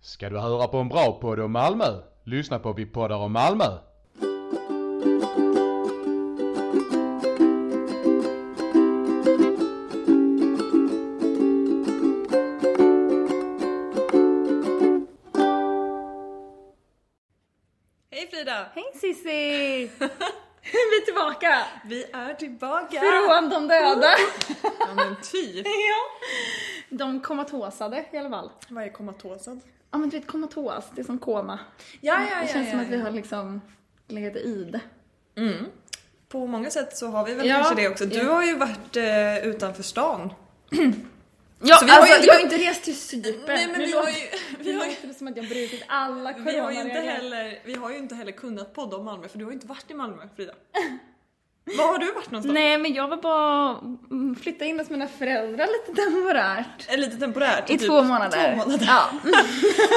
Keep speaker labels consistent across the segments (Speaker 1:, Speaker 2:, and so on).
Speaker 1: Ska du höra på en bra podd om Malmö? Lyssna på Vi poddar om Malmö.
Speaker 2: Hej Frida!
Speaker 3: Hej Sissi!
Speaker 2: Vi är tillbaka! Vi är tillbaka!
Speaker 3: Från de döda.
Speaker 2: Ja men typ!
Speaker 3: ja. De komatosade i alla fall.
Speaker 2: Vad är komatosad?
Speaker 3: Ja men du vet komatos, det är som koma.
Speaker 2: Ja, ja, ja.
Speaker 3: det känns
Speaker 2: ja,
Speaker 3: som att vi
Speaker 2: ja.
Speaker 3: har liksom legat i det.
Speaker 2: På många sätt så har vi väl
Speaker 3: Ja.
Speaker 2: kanske det också. Du
Speaker 3: Ja.
Speaker 2: har ju varit eh, utanför stan.
Speaker 3: Ja,
Speaker 2: vi har ju inte-
Speaker 3: inte rest till Cypern.
Speaker 2: alltså, Nej, men
Speaker 3: Nu
Speaker 2: vi har
Speaker 3: låter-
Speaker 2: ju- vi
Speaker 3: Nu
Speaker 2: har ju-
Speaker 3: låter det som att jag brutit alla
Speaker 2: Vi har, ju inte
Speaker 3: coronaregler.
Speaker 2: heller, vi har ju inte heller kunnat podda om Malmö för du har ju inte varit i Malmö Frida. Var har du varit någonstans?
Speaker 3: Nej men jag var bara mm, flytta in hos mina föräldrar lite temporärt.
Speaker 2: Eh, Lite temporärt.
Speaker 3: I
Speaker 2: typ
Speaker 3: två månader.
Speaker 2: Två månader.
Speaker 3: Ja.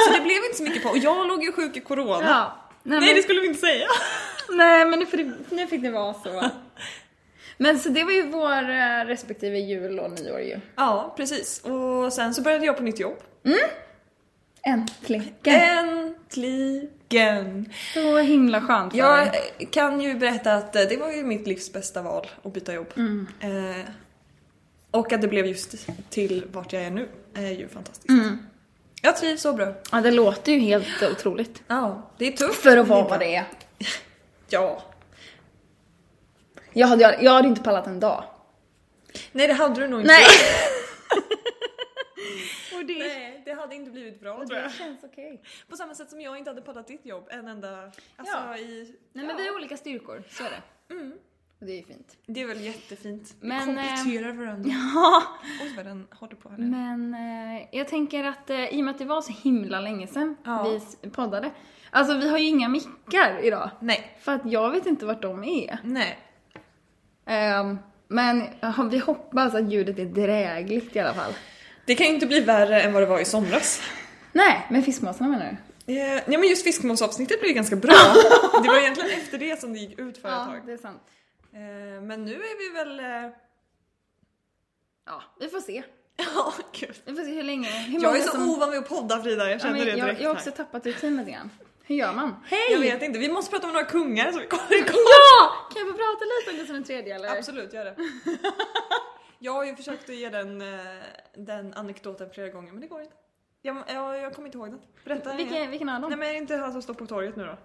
Speaker 2: Så det blev inte så mycket på. Och jag låg ju sjuk i corona.
Speaker 3: ja. Nej,
Speaker 2: Nej
Speaker 3: men-
Speaker 2: det skulle vi inte säga.
Speaker 3: Nej, men nu, får det, nu fick det vara så. Men så det var ju vår eh, respektive jul och nyår ju.
Speaker 2: Ja precis. Och sen så började jag på nytt jobb.
Speaker 3: Äntligen.
Speaker 2: Äntligen!
Speaker 3: Så himla skönt för
Speaker 2: Jag
Speaker 3: dig.
Speaker 2: eh, kan ju berätta att eh, det var ju mitt livs bästa val att byta jobb.
Speaker 3: Mm.
Speaker 2: Eh, och att det blev just till vart jag är nu är ju fantastiskt.
Speaker 3: Mm.
Speaker 2: Jag trivs så bra.
Speaker 3: Ja, det låter ju helt otroligt.
Speaker 2: Ja, det är tufft.
Speaker 3: För att vara vad det är.
Speaker 2: Ja.
Speaker 3: Jag hade, jag, jag hade inte pallat en dag.
Speaker 2: Nej, det hade du nog inte.
Speaker 3: Nej! och det,
Speaker 2: Nej, det hade inte blivit bra tror jag.
Speaker 3: det känns okej.
Speaker 2: På samma sätt som jag inte hade pallat ditt jobb en enda... Alltså
Speaker 3: Ja.
Speaker 2: i...
Speaker 3: Nej men vi har olika styrkor, så är det. Och det är ju fint.
Speaker 2: Det är väl jättefint.
Speaker 3: Men, eh,
Speaker 2: vi kompletterar varandra.
Speaker 3: Ja.
Speaker 2: Oj vad den håller på här nu.
Speaker 3: Men eh, jag tänker att eh, i och med att det var så himla länge sedan
Speaker 2: Ja.
Speaker 3: vi s- poddade. Alltså vi har ju inga mickar idag.
Speaker 2: Nej.
Speaker 3: För att jag vet inte vart de är.
Speaker 2: Nej.
Speaker 3: Ehm, men eh, vi hoppas att ljudet är drägligt i alla fall.
Speaker 2: Det kan ju inte bli värre än vad det var i somras.
Speaker 3: Nej, men fiskmåsarna menar du?
Speaker 2: Eh, Ja men just fiskmåsavsnittet blev ganska bra. Det var egentligen efter det som det gick ut för ett
Speaker 3: Ja,
Speaker 2: tag.
Speaker 3: det är sant.
Speaker 2: Eh, Men nu är vi väl... eh,
Speaker 3: Ja, vi får se.
Speaker 2: Ja, gud.
Speaker 3: Vi får se hur länge. Hur
Speaker 2: Jag
Speaker 3: många
Speaker 2: är så ovan vid att podda Frida, jag
Speaker 3: ja,
Speaker 2: känner det
Speaker 3: men,
Speaker 2: direkt
Speaker 3: jag, jag har
Speaker 2: här.
Speaker 3: också tappat rutin lite grann. Hur gör man? Hej!
Speaker 2: Jag vet inte, vi måste prata om några kungar så vi kommer igång.
Speaker 3: Ja! Kan jag få prata lite om det som den tredje eller?
Speaker 2: Absolut, gör det. Jag har ju försökt att ge den, eh, den anekdoten flera gånger men det går inte. Jag, jag, jag kommer inte ihåg den. Berätta den igen.
Speaker 3: Vilken, vilken av dem?
Speaker 2: Nej
Speaker 3: Nej,
Speaker 2: men är det inte han som står på torget nu då?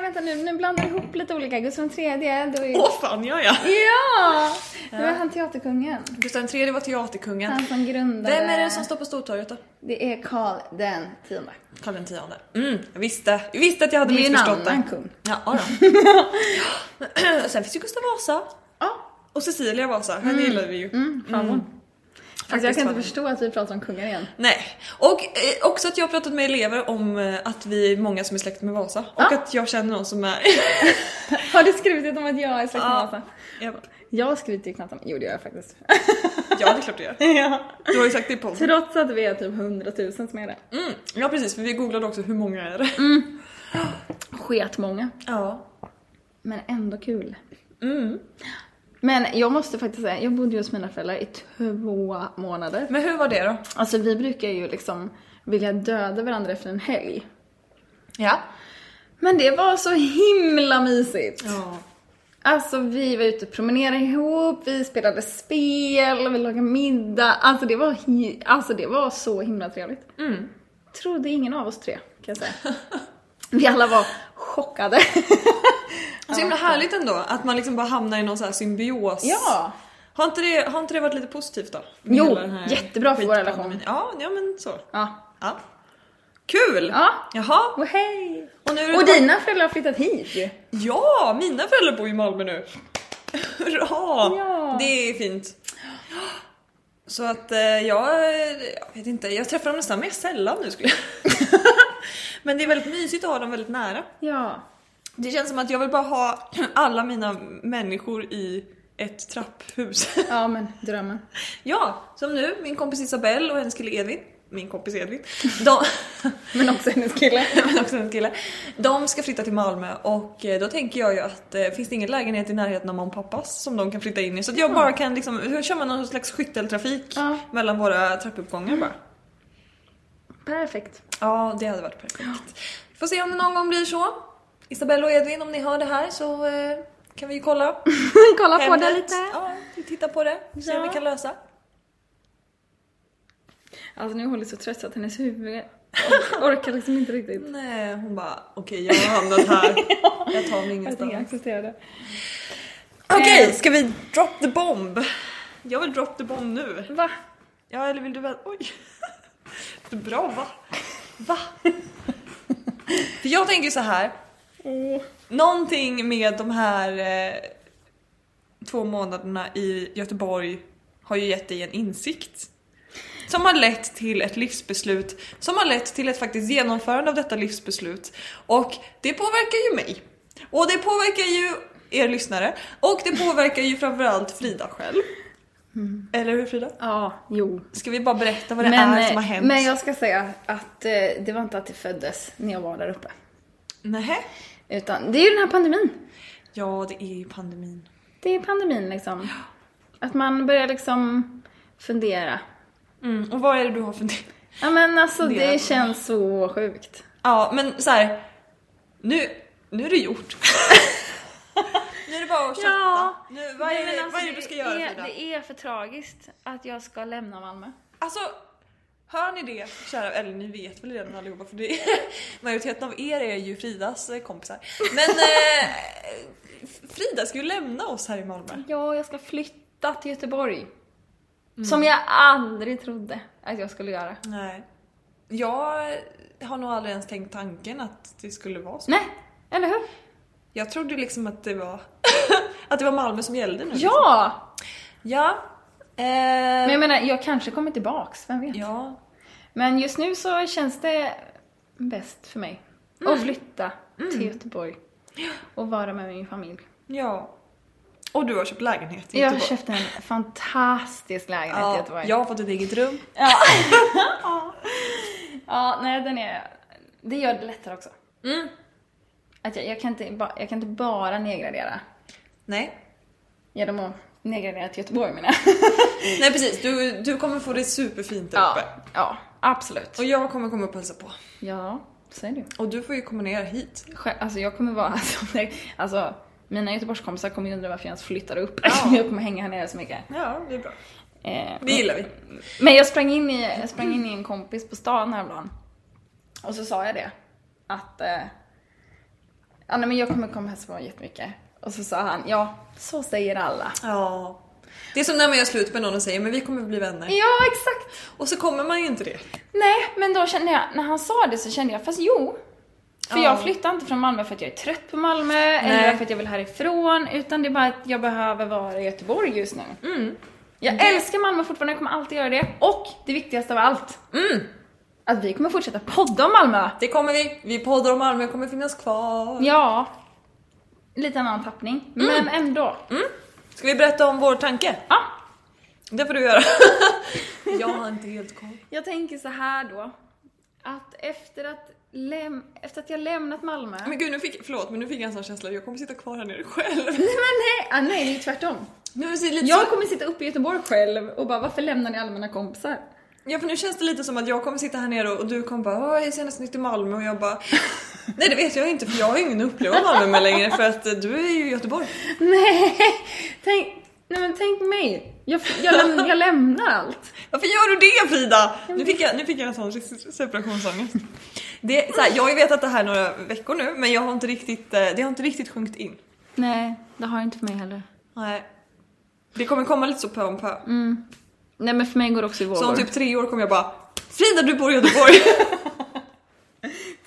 Speaker 3: vänta nu, nu blandar du ihop lite olika. Gustav den tredje, då är
Speaker 2: Åh fan gör jag?
Speaker 3: Ja! Det var han teaterkungen.
Speaker 2: Gustav III var teaterkungen.
Speaker 3: Han som grundade...
Speaker 2: Vem är det som står på Stortorget då?
Speaker 3: Det är Karl den tionde.
Speaker 2: Karl den tionde. Mm, jag visste. Jag visste att jag hade
Speaker 3: Det är ju en
Speaker 2: missförstått
Speaker 3: annan
Speaker 2: det.
Speaker 3: kung.
Speaker 2: Ja, ja. då. Sen finns ju Gustav Vasa.
Speaker 3: Ja,
Speaker 2: Och Cecilia Vasa, henne gillar vi ju.
Speaker 3: mm, farmor. Alltså jag
Speaker 2: Faktiskt
Speaker 3: kan
Speaker 2: farmor.
Speaker 3: inte förstå att vi pratar om kungar igen.
Speaker 2: Nej. Och eh, också att jag har pratat med elever om eh, att vi är många som är släkt med Vasa. Och att jag känner någon som är...
Speaker 3: Har du skrivit om att jag är släkt med
Speaker 2: Ja.
Speaker 3: Vasa?
Speaker 2: jag,
Speaker 3: Jag skryter ju knappt om... Jo, det gör jag faktiskt.
Speaker 2: ja, det är klart du gör.
Speaker 3: ja.
Speaker 2: Du har ju sagt det i podden.
Speaker 3: Trots att vi är typ hundratusen som är det.
Speaker 2: Mm. Ja precis, för vi googlade också hur många är det.
Speaker 3: Sketmånga.
Speaker 2: Ja.
Speaker 3: Men ändå kul.
Speaker 2: Mm.
Speaker 3: Men jag måste faktiskt säga, jag bodde ju hos mina föräldrar i två månader.
Speaker 2: Men hur var det då?
Speaker 3: Alltså vi brukar ju liksom vilja döda varandra efter en helg.
Speaker 2: Ja.
Speaker 3: Men det var så himla mysigt.
Speaker 2: ja.
Speaker 3: Alltså vi var ute och promenerade ihop, vi spelade spel, vi lagade middag. Alltså det var, hi- alltså, det var så himla trevligt.
Speaker 2: Mm.
Speaker 3: Trodde ingen av oss tre, kan jag säga. vi alla var chockade.
Speaker 2: Så himla härligt ändå att man liksom bara hamnar i någon sån här symbios.
Speaker 3: ja!
Speaker 2: Har inte, det, har inte det varit lite positivt då? Med
Speaker 3: Jo,
Speaker 2: hela den här
Speaker 3: jättebra för vår
Speaker 2: skitpandemin?
Speaker 3: relation.
Speaker 2: Ja, ja men så.
Speaker 3: Ja.
Speaker 2: Ja. Kul!
Speaker 3: Ja.
Speaker 2: Jaha.
Speaker 3: Och hej!
Speaker 2: Och, nu är det
Speaker 3: Och dina föräldrar har flyttat hit ju.
Speaker 2: Ja, mina föräldrar bor i Malmö nu. Hurra!
Speaker 3: Ja.
Speaker 2: Det är fint. Så att eh, jag, jag vet inte, jag träffar dem nästan mer sällan nu skulle jag Men det är väldigt mysigt att ha dem väldigt nära.
Speaker 3: Ja.
Speaker 2: Det känns som att jag vill bara ha alla mina människor i ett trapphus.
Speaker 3: Ja men drömmen.
Speaker 2: Ja, som nu, min kompis Isabelle och hennes kille Edvin. min kompis Edvin. De,
Speaker 3: Men också hennes kille.
Speaker 2: men också en kille. De ska flytta till Malmö och eh, då tänker jag ju att eh, finns det ingen lägenhet i närheten av mamma och pappas som de kan flytta in i? Så att jag bara kan liksom, hur kör man någon slags skytteltrafik
Speaker 3: Ja.
Speaker 2: mellan våra trappuppgångar bara?
Speaker 3: Perfekt.
Speaker 2: Ja, det hade varit perfekt. Får se om det någon gång blir så. Isabella och Edvin, om ni hör det här så eh, kan vi ju kolla.
Speaker 3: Kolla på
Speaker 2: Hemmet.
Speaker 3: det lite.
Speaker 2: Ja, vi tittar på det. Se om
Speaker 3: Ja.
Speaker 2: vi kan lösa.
Speaker 3: Alltså nu är Holly så trött så att hennes huvud orkar liksom inte riktigt.
Speaker 2: Nej, hon bara okej jag har hamnat här. Jag tar mig ingenstans.
Speaker 3: acceptera det.
Speaker 2: Okej,
Speaker 3: Eh.
Speaker 2: ska vi drop the bomb? Jag vill drop the bomb nu.
Speaker 3: Va?
Speaker 2: Ja, eller vill du väl... Oj! Bra, va? Va? För jag tänker så här. Någonting med de här eh, två månaderna i Göteborg har ju gett dig en insikt. Som har lett till ett livsbeslut, som har lett till ett faktiskt genomförande av detta livsbeslut. Och det påverkar ju mig. Och det påverkar ju er lyssnare. Och det påverkar ju framförallt Frida själv. Eller hur Frida?
Speaker 3: Ja, jo.
Speaker 2: Ska vi bara berätta vad det är som har hänt?
Speaker 3: men jag ska säga att eh, det var inte att det föddes när jag var där uppe.
Speaker 2: Nähä?
Speaker 3: Utan det är ju den här pandemin.
Speaker 2: Ja, det är ju pandemin.
Speaker 3: Det är pandemin liksom. Att man börjar liksom fundera.
Speaker 2: Mm, och vad är det du har funderat
Speaker 3: Ja men alltså det,
Speaker 2: Det-
Speaker 3: känns så sjukt.
Speaker 2: Ja, men så här. Nu, nu är det gjort. nu är det bara att kötta.
Speaker 3: Ja.
Speaker 2: Nu, vad, är,
Speaker 3: Nej, men
Speaker 2: det-
Speaker 3: alltså,
Speaker 2: vad är det du ska göra
Speaker 3: är,
Speaker 2: Frida?
Speaker 3: Det är för tragiskt att jag ska lämna Malmö.
Speaker 2: Alltså, hör ni det? Kära, eller ni vet väl redan allihopa för det majoriteten av er är ju Fridas eh, kompisar. Men eh, Frida ska ju lämna oss här i Malmö.
Speaker 3: Ja, jag ska flytta till Göteborg. Som jag aldrig trodde att jag skulle göra.
Speaker 2: Nej. Jag har nog aldrig ens tänkt tanken att det skulle vara så.
Speaker 3: Nej, eller hur?
Speaker 2: Jag trodde liksom att det var, att det var Malmö som gällde nu.
Speaker 3: Ja!
Speaker 2: Ja. Eh,
Speaker 3: Men jag menar, jag kanske kommer tillbaks, vem vet?
Speaker 2: ja.
Speaker 3: Men just nu så känns det bäst för mig
Speaker 2: Mm.
Speaker 3: att flytta till Göteborg och vara med min familj.
Speaker 2: Ja. Och du har köpt lägenhet i
Speaker 3: Jag har
Speaker 2: Göteborg.
Speaker 3: köpt en fantastisk lägenhet i
Speaker 2: ja,
Speaker 3: Göteborg.
Speaker 2: Jag har fått ett eget rum.
Speaker 3: Ja, nej den är... Det gör det lättare också.
Speaker 2: Mm.
Speaker 3: Att jag, jag, kan inte ba, jag kan inte bara nedgradera
Speaker 2: Nej.
Speaker 3: genom att nedgradera till Göteborg menar jag.
Speaker 2: Nej precis, du, du kommer få det superfint där
Speaker 3: Ja,
Speaker 2: uppe.
Speaker 3: ja, absolut.
Speaker 2: Och jag kommer komma upp och hälsa på.
Speaker 3: Ja, så är det ju.
Speaker 2: Och du får ju komma ner hit.
Speaker 3: Själv- Alltså jag kommer vara som Alltså mina göteborgskompisar kommer ju undra varför jag ens flyttade upp.
Speaker 2: Ja.
Speaker 3: Jag kommer hänga här nere så mycket.
Speaker 2: Ja, det är bra.
Speaker 3: Eh,
Speaker 2: Det gillar vi.
Speaker 3: Men jag sprang in i, jag sprang in i en kompis på stan häromdagen. Och så sa jag det. Att... Eh, ja, nej, men jag kommer komma hälsa på honom jättemycket. Och så sa han, ja, så säger alla.
Speaker 2: Ja. Det är som när man gör slut med någon och säger men vi kommer bli vänner.
Speaker 3: Ja, exakt!
Speaker 2: Och så kommer man ju inte det.
Speaker 3: Nej, men då kände jag, när han sa det så kände jag, fast jo. För
Speaker 2: Ja.
Speaker 3: jag flyttar inte från Malmö för att jag är trött på Malmö eller för att jag vill härifrån. Utan det är bara att jag behöver vara i Göteborg just nu. Jag älskar Malmö fortfarande, jag kommer alltid göra det. Och det viktigaste av allt. Att vi kommer fortsätta podda om Malmö.
Speaker 2: Det kommer vi. Vi poddar om Malmö kommer finnas kvar.
Speaker 3: Ja. Mm. Lite annan tappning, men ändå.
Speaker 2: Ska vi berätta om vår tanke?
Speaker 3: Ja,
Speaker 2: Det får du göra. jag har inte helt koll.
Speaker 3: jag tänker så här då. Att efter att, läm- efter att jag lämnat Malmö...
Speaker 2: Men gud, nu fick, förlåt, men nu fick jag en sån känsla. Jag kommer sitta kvar här nere själv.
Speaker 3: Nej, men nej! Ah, nej, det är ju tvärtom.
Speaker 2: Nu ser det lite
Speaker 3: Jag
Speaker 2: så,
Speaker 3: kommer sitta uppe i Göteborg själv och bara varför lämnar ni alla mina kompisar?
Speaker 2: ja, för nu känns det lite som att jag kommer sitta här nere och du kommer bara "Åh, jag är senast nytt i Malmö och jag bara nej det vet jag inte för jag har ingen upplevelse av Malmö med längre för att eh, du är ju i Göteborg.
Speaker 3: Nej! Tänk, nej men tänk mig! Jag, jag, läm- jag lämnar allt.
Speaker 2: Varför gör du det Frida? Nu fick jag, nu fick jag en sån se- separationsångest. Det, är så här, jag har ju vetat det här några veckor nu men jag har inte riktigt, eh, det har inte riktigt sjunkit in.
Speaker 3: Nej, det har inte för mig heller.
Speaker 2: Nej. Det kommer komma lite så pö om pö.
Speaker 3: Mm. Nej men för mig går det också i vågor.
Speaker 2: Så om typ tre år kommer jag bara Frida du bor i Göteborg!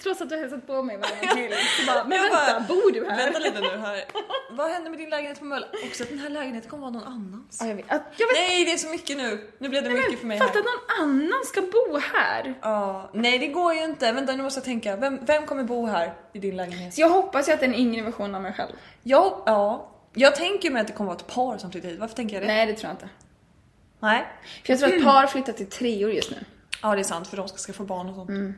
Speaker 3: Trots att du har hälsat på mig varannan helg så bara, men
Speaker 2: Jag
Speaker 3: vänta,
Speaker 2: bara,
Speaker 3: bor du här?
Speaker 2: Vänta lite nu här. Vad händer med din lägenhet på Mölla? Också att den här lägenheten kommer vara någon annans.
Speaker 3: Ja, jag vet. Att- Jag vet
Speaker 2: Nej det är så mycket nu. Nu blev det mycket för mig
Speaker 3: Fatta
Speaker 2: här.
Speaker 3: att någon annan ska bo här.
Speaker 2: Ja, nej det går ju inte. Vänta nu måste jag tänka. Vem, vem kommer bo här i din lägenhet?
Speaker 3: Så jag hoppas ju att det är en yngre version av mig själv.
Speaker 2: Jag, ja. Jag tänker mig att det kommer vara ett par som flyttar hit. Varför tänker jag det?
Speaker 3: Nej, det tror jag inte.
Speaker 2: Nej.
Speaker 3: Mm. För jag tror att par flyttar till treor just nu.
Speaker 2: Ja, det är sant för de ska skaffa barn och sånt.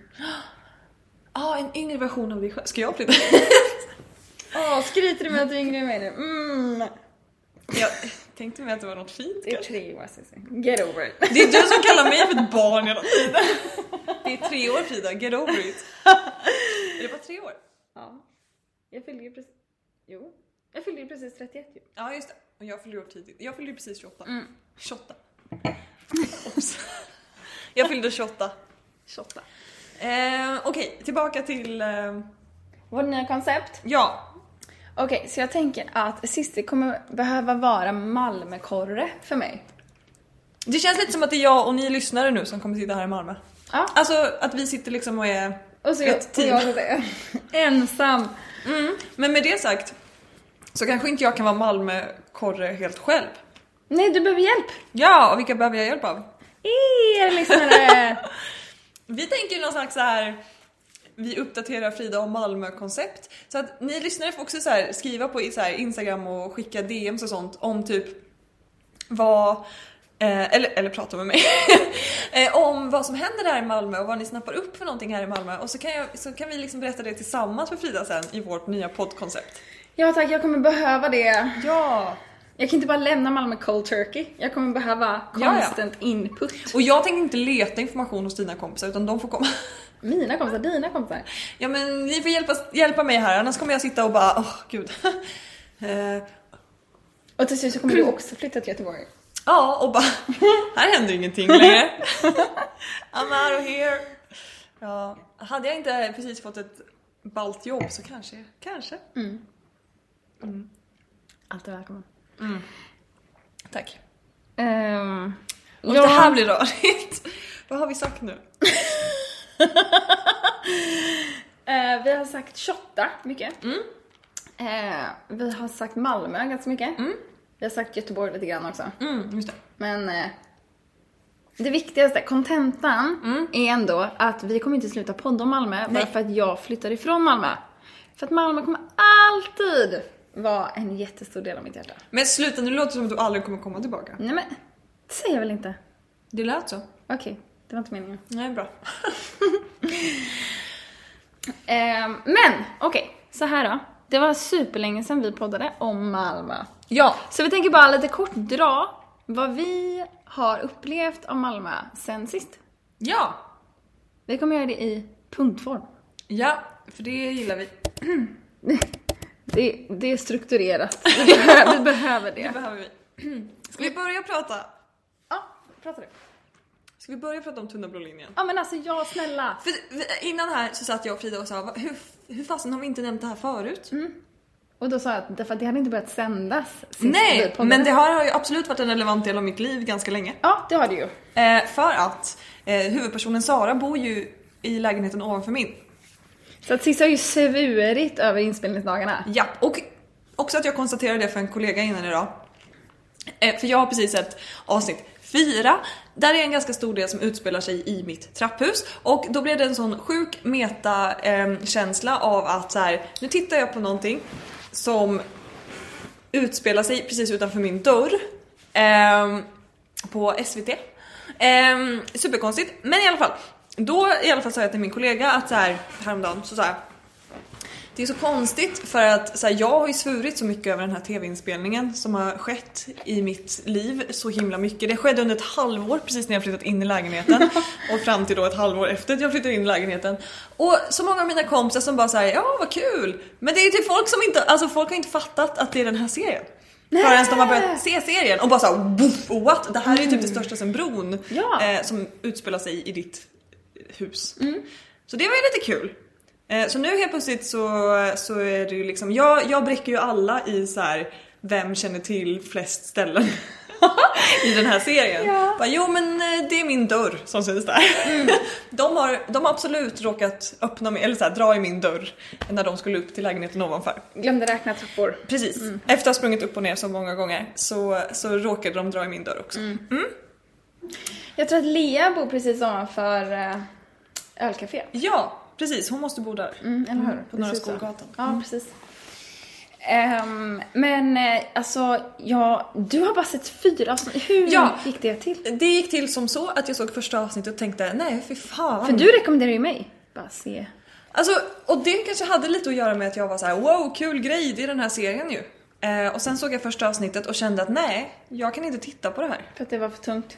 Speaker 2: Ah, en yngre version av dig själv. Ska jag bli det?
Speaker 3: Åh, skryter du med att du är yngre än mig nu? Mm.
Speaker 2: jag tänkte mig att det var något fint.
Speaker 3: Det är tre år Cissi. Get over it.
Speaker 2: Det är du som kallar mig för ett barn hela tiden. Det är tre år Frida, get over it. Är det bara tre år?
Speaker 3: Ja. Jag fyllde ju precis... Jo. Jag fyllde ju precis 31 ju.
Speaker 2: Ja, just det. Och jag fyllde år tidigt. Jag fyllde ju precis 28.
Speaker 3: Mm.
Speaker 2: 28. Oops. jag fyllde 28. 28. Eh, Okej, tillbaka till... Eh,
Speaker 3: Vårt nya koncept.
Speaker 2: ja.
Speaker 3: Okej, så jag tänker att Cissi kommer behöva vara Malmökorre för mig.
Speaker 2: Det känns lite som att det är jag och ni lyssnare nu som kommer sitta här i Malmö.
Speaker 3: Ja.
Speaker 2: Alltså att vi sitter liksom och är...
Speaker 3: Och så
Speaker 2: Ett
Speaker 3: och jag sitter ensam.
Speaker 2: Men med det sagt så kanske inte jag kan vara Malmökorre helt själv.
Speaker 3: Nej, du behöver hjälp.
Speaker 2: Ja, och vilka behöver jag hjälp av?
Speaker 3: Er lyssnare!
Speaker 2: Vi tänker någon slags så här. Vi uppdaterar Frida om Malmö-koncept. Så att ni lyssnare får också så här, skriva på i- så här, Instagram och skicka DMs och sånt om typ vad... Eh, eller, eller prata med mig. eh, om vad som händer här i Malmö och vad ni snappar upp för någonting här i Malmö. Och så kan, jag, så kan vi liksom berätta det tillsammans för Frida sen i vårt nya poddkoncept.
Speaker 3: ja tack, jag kommer behöva det.
Speaker 2: Ja!
Speaker 3: Jag kan inte bara lämna Malmö cold turkey. Jag kommer behöva
Speaker 2: Ja, ja.
Speaker 3: constant input.
Speaker 2: Och jag tänker inte leta information hos dina kompisar utan de får komma.
Speaker 3: Mina kompisar, dina kompisar.
Speaker 2: Ja men ni får hjälpa, hjälpa mig här annars kommer jag sitta och bara åh gud. eh,
Speaker 3: Och till slut så kommer du också flytta till Göteborg.
Speaker 2: Ja, och bara här händer ingenting längre. I'm out of here. Ja, hade jag inte precis fått ett baltjobb så kanske, kanske. Mm.
Speaker 3: Allt är välkommen.
Speaker 2: Tack.
Speaker 3: Um,
Speaker 2: Och det här blir rörigt. Vad har vi sagt nu?
Speaker 3: Eh, vi har sagt 28 mycket. Eh, vi har sagt Malmö ganska mycket. Vi har sagt Göteborg lite grann också.
Speaker 2: Mm, just det.
Speaker 3: Men eh, det viktigaste, kontentan, är ändå att vi kommer inte sluta podda om Malmö bara
Speaker 2: Nej.
Speaker 3: för att jag flyttar ifrån Malmö. För att Malmö kommer alltid vara en jättestor del av mitt hjärta.
Speaker 2: Men sluta, nu låter det som att du aldrig kommer komma tillbaka.
Speaker 3: Nej men, det säger jag väl inte.
Speaker 2: Det lät så.
Speaker 3: Okej, det var inte meningen.
Speaker 2: Nej, bra.
Speaker 3: Eh, men, okej. Så här då. Det var superlänge sedan vi poddade om Malmö.
Speaker 2: Ja,
Speaker 3: Så vi tänker bara lite kort dra vad vi har upplevt av Malmö sen sist.
Speaker 2: ja,
Speaker 3: Vi kommer göra det i punktform.
Speaker 2: ja, för det gillar vi.
Speaker 3: Det, det är strukturerat. Vi, behö- vi behöver
Speaker 2: Det
Speaker 3: det.
Speaker 2: behöver vi. Ska vi börja prata?
Speaker 3: Ja, pratar du?
Speaker 2: Ska vi börja prata om tunna blå linjen?
Speaker 3: Ja men alltså jag snälla.
Speaker 2: För vi- innan här så satt jag och Frida och sa "Va- hur, hur fasen har vi inte nämnt det här förut?
Speaker 3: Och då sa jag att därför att det hade inte börjat sändas sist vi
Speaker 2: Nej,
Speaker 3: poddade.
Speaker 2: men det här har ju absolut varit en relevant del av mitt liv ganska länge.
Speaker 3: Ja, det har det ju.
Speaker 2: Eh, för att eh, huvudpersonen Sara bor ju i lägenheten ovanför min.
Speaker 3: Så att Cissi har ju svurit över inspelningsdagarna.
Speaker 2: Ja, och också att jag konstaterade det för en kollega innan idag. Eh, för jag har precis sett avsnitt fyra där det är en ganska stor del som utspelar sig i mitt trapphus. Och då blev det en sån sjuk meta-känsla av att så här, nu tittar jag på någonting som utspelar sig precis utanför min dörr. ehm, på SVT. Ehm, superkonstigt, men i alla fall. Då i alla fall sa jag till min kollega att så här, häromdagen så sa jag det är så konstigt för att så här, jag har ju svurit så mycket över den här tv-inspelningen som har skett i mitt liv så himla mycket. Det skedde under ett halvår precis när jag flyttat in i lägenheten och fram till då ett halvår efter att jag flyttade in i lägenheten. Och så många av mina kompisar som bara säger ja vad kul! Men det är ju till folk som inte, alltså folk har inte fattat att det är den här serien. Förrän de har börjat se serien och bara såhär woof, what? Det här är ju typ det största sen bron
Speaker 3: Ja.
Speaker 2: eh, som utspelar sig i ditt hus. Så det var ju lite kul. Eh, Så nu helt plötsligt så, så är det ju liksom, jag, jag bräcker ju alla i så här vem känner till flest ställen i den här serien.
Speaker 3: Ja. Mm.
Speaker 2: Bara, jo men eh, det är min dörr som syns där. De, har, de har absolut råkat öppna, min- eller så här, dra i min dörr när de skulle upp till lägenheten ovanför.
Speaker 3: Glömde räkna trappor.
Speaker 2: Precis. Efter att ha sprungit upp och ner så många gånger så, så råkade de dra i min dörr också.
Speaker 3: Mm. Jag tror att Lea bor precis ovanför uh, ölcaféet.
Speaker 2: Ja, precis. Hon måste bo där.
Speaker 3: Mm, eller hur?
Speaker 2: På Norra
Speaker 3: Precis så.
Speaker 2: Skolgatan.
Speaker 3: Ja, precis. Ehm, men eh, alltså, ja, du har bara sett fyra avsnitt. Hur
Speaker 2: Ja.
Speaker 3: gick det till?
Speaker 2: Det gick till som så att jag såg första avsnittet och tänkte nej fy fan.
Speaker 3: För du rekommenderar ju mig. Bara se.
Speaker 2: Alltså, och det kanske hade lite att göra med att jag var så här: wow kul grej, det är den här serien ju. Eh, och sen såg jag första avsnittet och kände att nej, jag kan inte titta på det här.
Speaker 3: För att det var för tungt.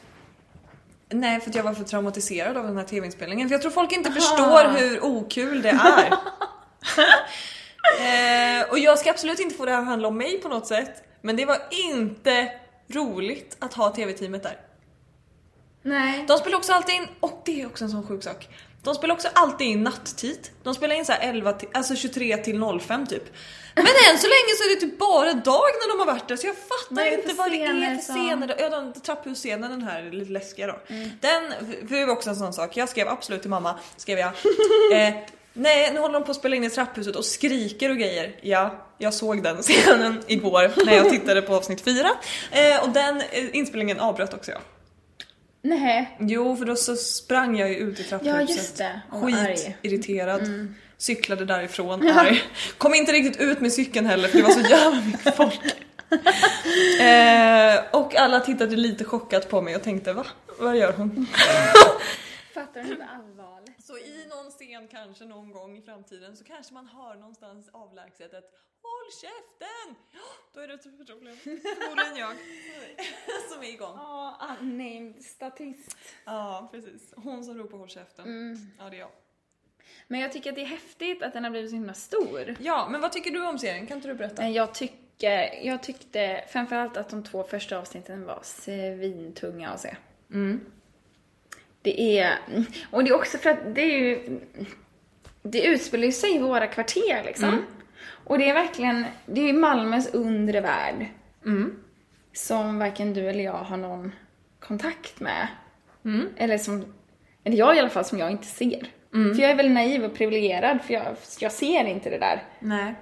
Speaker 2: Nej, för att jag var för traumatiserad av den här tv-inspelningen. För jag tror folk inte
Speaker 3: Aha.
Speaker 2: förstår hur okul det är. eh, och jag ska absolut inte få det här att handla om mig på något sätt. Men det var inte roligt att ha tv-teamet där.
Speaker 3: Nej.
Speaker 2: De spelar också alltid in, och det är också en sån sjuk sak. De spelar också alltid in natttid. De spelar in så här 11 till, alltså 23 till 05 typ. Men än så länge så är det typ bara dag när de har varit där så jag fattar
Speaker 3: Vad är det för
Speaker 2: inte vad det är
Speaker 3: scener
Speaker 2: för
Speaker 3: som- Mm.
Speaker 2: scener. Ja, den trapphusscenen den här lite läskiga då. Den, för det var också en sån sak. Jag skrev absolut till mamma, skrev jag. eh, Nej, nu håller de på att spela in i trapphuset och skriker och grejer. Ja, jag såg den scenen igår när jag tittade på avsnitt 4. Eh, och den eh, inspelningen avbröt också jag.
Speaker 3: Nej.
Speaker 2: Jo, för då så sprang jag ju ut i trapphuset.
Speaker 3: Ja, just det. Och var arg. Mm.
Speaker 2: Skitirriterad. Cyklade därifrån arg. Kom inte riktigt ut med cykeln heller för det var så jävla mycket folk. eh, och alla tittade lite chockat på mig och tänkte va? Vad gör hon?
Speaker 3: Fattar du inte allvarligt?
Speaker 2: Så i någon scen kanske någon gång i framtiden så kanske man hör någonstans avlägset ett Håll käften! Då är det ett problem. Förmodligen jag som är igång.
Speaker 3: Ja, unnamed statist.
Speaker 2: Ja, precis. Hon som ropar håll käften.
Speaker 3: Mm.
Speaker 2: Ja, det är jag.
Speaker 3: Men jag tycker att det är häftigt att den har blivit så himla stor.
Speaker 2: Ja, men vad tycker du om serien? Kan inte du berätta?
Speaker 3: Men Jag, tycker, jag tyckte framförallt att de två första avsnitten var svintunga att se. Det är... Och det är också för att det är ju... Det utspelar ju sig i våra kvarter liksom. Och det är verkligen... Det är ju Malmös undre värld. Som varken du eller jag har någon kontakt med. Eller som... Eller jag i alla fall, som jag inte ser. För jag är väl naiv och privilegierad, för jag, jag ser inte det där
Speaker 2: Nej.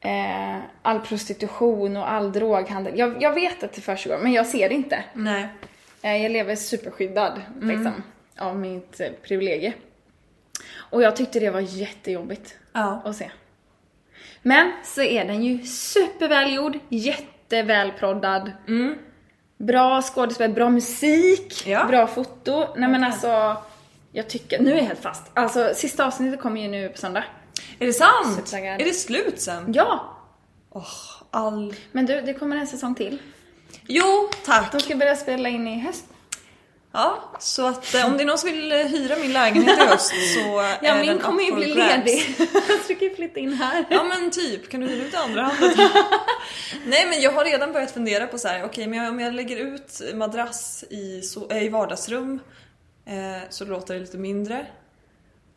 Speaker 3: eh, all prostitution och all droghandel. Jag, jag vet att det försiggår, men jag ser det inte.
Speaker 2: Nej.
Speaker 3: Eh, jag lever superskyddad, liksom, av mitt eh, privilegie. Och jag tyckte det var jättejobbigt
Speaker 2: Ja.
Speaker 3: att se. Men så är den ju supervälgjord, jättevälproddad. Bra skådespel, bra musik,
Speaker 2: Ja.
Speaker 3: bra foto. Nej men alltså, jag tycker, nu är jag helt fast. Alltså sista avsnittet kommer ju nu på söndag.
Speaker 2: Är det sant?
Speaker 3: Supertaggad.
Speaker 2: Är det slut sen?
Speaker 3: Ja!
Speaker 2: Åh, all...
Speaker 3: Men du, det kommer en säsong till.
Speaker 2: Jo, tack.
Speaker 3: De ska börja spela in i höst.
Speaker 2: Ja, så att eh, om det är någon som vill eh, hyra min lägenhet i höst så eh,
Speaker 3: Ja,
Speaker 2: är
Speaker 3: min
Speaker 2: den
Speaker 3: kommer
Speaker 2: up
Speaker 3: ju
Speaker 2: for
Speaker 3: bli
Speaker 2: grabs.
Speaker 3: ledig. Jag ska ju flytta in här.
Speaker 2: Ja men typ, kan du hyra ut andra handen? Nej men jag har redan börjat fundera på så här. okej men jag- om jag lägger ut madrass i, so- eh, i vardagsrum eh, så låter det lite mindre.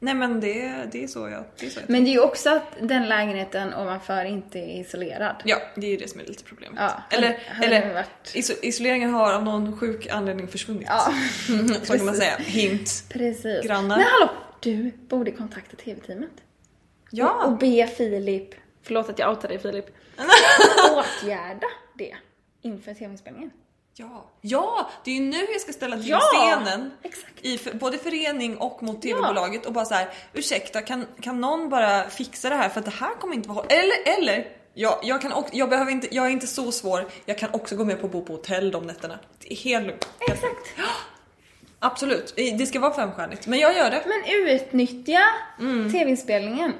Speaker 2: Nej men det, det är så jag... Det är så jag
Speaker 3: Men det är ju också att den lägenheten ovanför inte är isolerad.
Speaker 2: Ja, det är ju det som är lite problemet.
Speaker 3: Ja,
Speaker 2: eller
Speaker 3: hade det
Speaker 2: eller
Speaker 3: varit-
Speaker 2: iso- isoleringen har av någon sjuk anledning försvunnit.
Speaker 3: Ja,
Speaker 2: så kan man säga. Hint.
Speaker 3: precis.
Speaker 2: Grannar.
Speaker 3: Men hallå! Du borde kontakta TV-teamet. Och
Speaker 2: Ja,
Speaker 3: be Filip, förlåt att jag outar dig Filip, åtgärda det inför TV-inspelningen.
Speaker 2: ja, ja, det är ju nu jag ska ställa till
Speaker 3: Ja,
Speaker 2: scenen.
Speaker 3: exakt.
Speaker 2: I för, både förening och mot TV-bolaget och bara så här: ursäkta kan, kan någon bara fixa det här för att det här kommer inte vara... Eller, eller! Ja, jag, kan också, jag, behöver inte, jag är inte så svår, jag kan också gå med på att bo på hotell de nätterna. Det är helt lugnt.
Speaker 3: Exakt.
Speaker 2: Absolut, det ska vara femstjärnigt. Men jag gör det.
Speaker 3: Men utnyttja
Speaker 2: Mm.
Speaker 3: TV-inspelningen.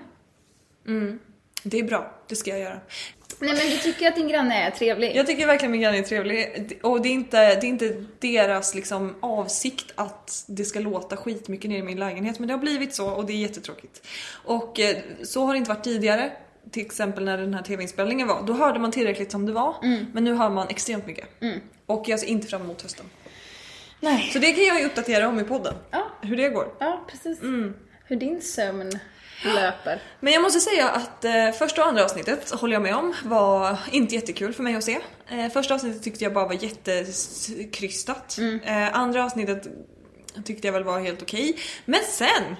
Speaker 2: Det är bra, det ska jag göra.
Speaker 3: Nej men du tycker att din granne är trevlig?
Speaker 2: Jag tycker verkligen min granne är trevlig och det är inte, det är inte deras liksom avsikt att det ska låta skitmycket nere i min lägenhet men det har blivit så och det är jättetråkigt. Och eh, så har det inte varit tidigare. Till exempel när den här tv-inspelningen var, då hörde man tillräckligt som det var men nu hör man extremt mycket. Och jag ser inte fram emot hösten.
Speaker 3: Nej.
Speaker 2: Så det kan jag ju uppdatera om i podden.
Speaker 3: Ja.
Speaker 2: Hur det går.
Speaker 3: Ja, precis.
Speaker 2: Mm.
Speaker 3: Hur din sömn löper.
Speaker 2: Men jag måste säga att eh, första och andra avsnittet håller jag med om var inte jättekul för mig att se. Eh, första avsnittet tyckte jag bara var jättekrystat.
Speaker 3: Mm.
Speaker 2: Eh, andra avsnittet tyckte jag väl var helt okej. Men sen!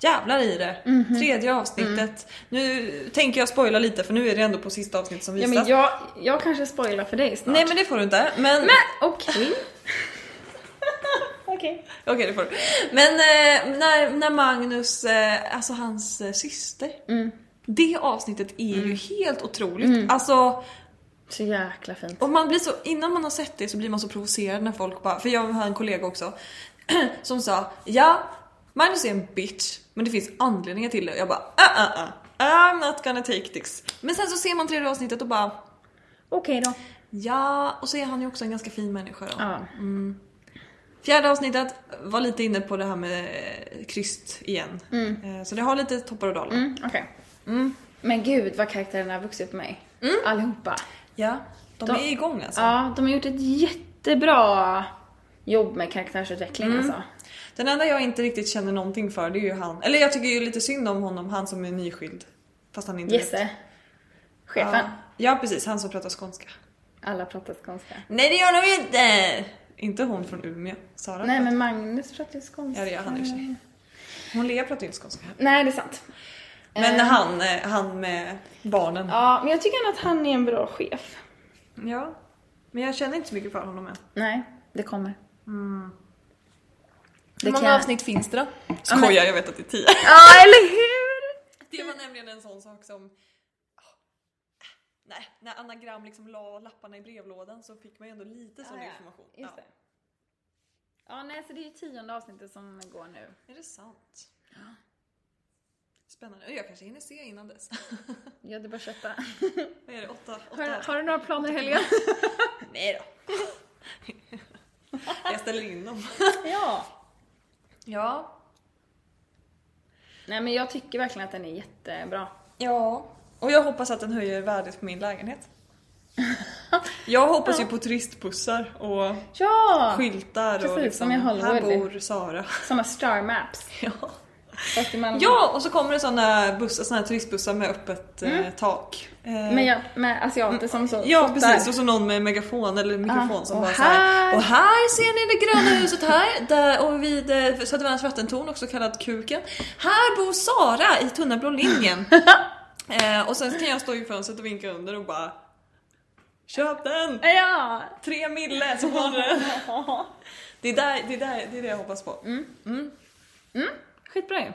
Speaker 2: Jävlar i det!
Speaker 3: Mhm.
Speaker 2: Tredje avsnittet.
Speaker 3: Mm.
Speaker 2: Nu tänker jag spoila lite för nu är det ändå på sista avsnittet som
Speaker 3: Ja,
Speaker 2: visas.
Speaker 3: men jag, jag kanske spoilar för dig snart.
Speaker 2: Nej men det får du inte. Men,
Speaker 3: Men okej. okej.
Speaker 2: Okej det får du. Men eh, när, när Magnus, eh, alltså hans eh, syster Det avsnittet är ju helt otroligt. Alltså,
Speaker 3: Så jäkla fint.
Speaker 2: och man blir så, innan man har sett det så blir man så provocerad när folk bara, för jag har en kollega också som sa ja, Magnus är en bitch men det finns anledningar till det. Jag bara uh, uh, uh, I'm not gonna take this. Men sen så ser man tredje avsnittet och bara
Speaker 3: Okej då.
Speaker 2: ja, och så är han ju också en ganska fin människa då.
Speaker 3: Ja.
Speaker 2: Fjärde avsnittet var lite inne på det här med eh, kryst igen. Eh, Så det har lite toppar och dalar.
Speaker 3: Mm, okej. Men gud vad karaktärerna har vuxit på mig.
Speaker 2: Mm.
Speaker 3: Allihopa.
Speaker 2: Ja, de,
Speaker 3: De-
Speaker 2: är igång alltså.
Speaker 3: Ja, de har gjort ett jättebra jobb med karaktärsutveckling
Speaker 2: Mm.
Speaker 3: alltså.
Speaker 2: Den enda jag inte riktigt känner någonting för det är ju han, eller jag tycker ju lite synd om honom, han som är nyskild. Fast han inte
Speaker 3: Jesse. Chefen.
Speaker 2: Ja, ja precis, han som pratar skånska.
Speaker 3: Alla pratar skånska.
Speaker 2: Nej det gör de ju inte! Inte hon från Umeå, Sara.
Speaker 3: Nej
Speaker 2: pratar-
Speaker 3: men Magnus pratar ju skånska.
Speaker 2: Ja det gör han i och för sig. Hon Lea pratar ju inte skånska.
Speaker 3: Nej det är sant.
Speaker 2: Men
Speaker 3: Eh,
Speaker 2: han, eh, han med barnen. Ja.
Speaker 3: Ja, men jag tycker ändå att han är en bra chef.
Speaker 2: Men jag känner inte så mycket för honom än.
Speaker 3: Nej, det kommer. Mm.
Speaker 2: Hur många
Speaker 3: kan-
Speaker 2: avsnitt finns det då? Skojar, jag vet att det är tio.
Speaker 3: Ja, eller hur?
Speaker 2: Det
Speaker 3: Mm.
Speaker 2: var nämligen en sån sak som... Ah, Nej, när Anna Gram liksom la lapparna i brevlådan så fick man ju ändå lite sån information.
Speaker 3: Ah, Just det. Ja, nej, så det är ju tionde avsnittet som går nu.
Speaker 2: Ja. Är det sant? Spännande. Och Jag kanske hinner se innan dess.
Speaker 3: Ja, det är bara att kötta.
Speaker 2: Vad är det? Åtta? åtta
Speaker 3: Har, har du några planer i helgen?
Speaker 2: Nej då. jag ställer in dem.
Speaker 3: ja.
Speaker 2: Ja.
Speaker 3: Nej, men jag tycker verkligen att den är jättebra.
Speaker 2: Ja. Och jag hoppas att den höjer värdet på min lägenhet. Jag hoppas ju på turistbussar och
Speaker 3: Ja!
Speaker 2: skyltar och
Speaker 3: precis,
Speaker 2: liksom,
Speaker 3: som i Hollywood.
Speaker 2: här bor Sara.
Speaker 3: Som har Star Maps.
Speaker 2: Ja.
Speaker 3: Fast i Malmö.
Speaker 2: Ja, och så kommer det såna, bussar, såna här turistbussar med öppet eh, tak. Eh,
Speaker 3: Mm. Men alltså, jag, med asiater som så
Speaker 2: ja,
Speaker 3: fotar.
Speaker 2: precis. Och så någon med megafon eller mikrofon
Speaker 3: Ah,
Speaker 2: som
Speaker 3: och
Speaker 2: bara såhär.
Speaker 3: här-
Speaker 2: Och här ser ni det gröna huset här där, och vid eh, Södermalms vattentorn, också kallat Kuken. Här bor Sara i tunna blå linjen. eh, och sen kan jag stå i fönstret och vinka under och bara Köp den!
Speaker 3: Ja!
Speaker 2: Tre mille så har ni den. Det är, där, det, är där, det är det jag hoppas på.
Speaker 3: Mm,
Speaker 2: Mm.
Speaker 3: Skitbra ju.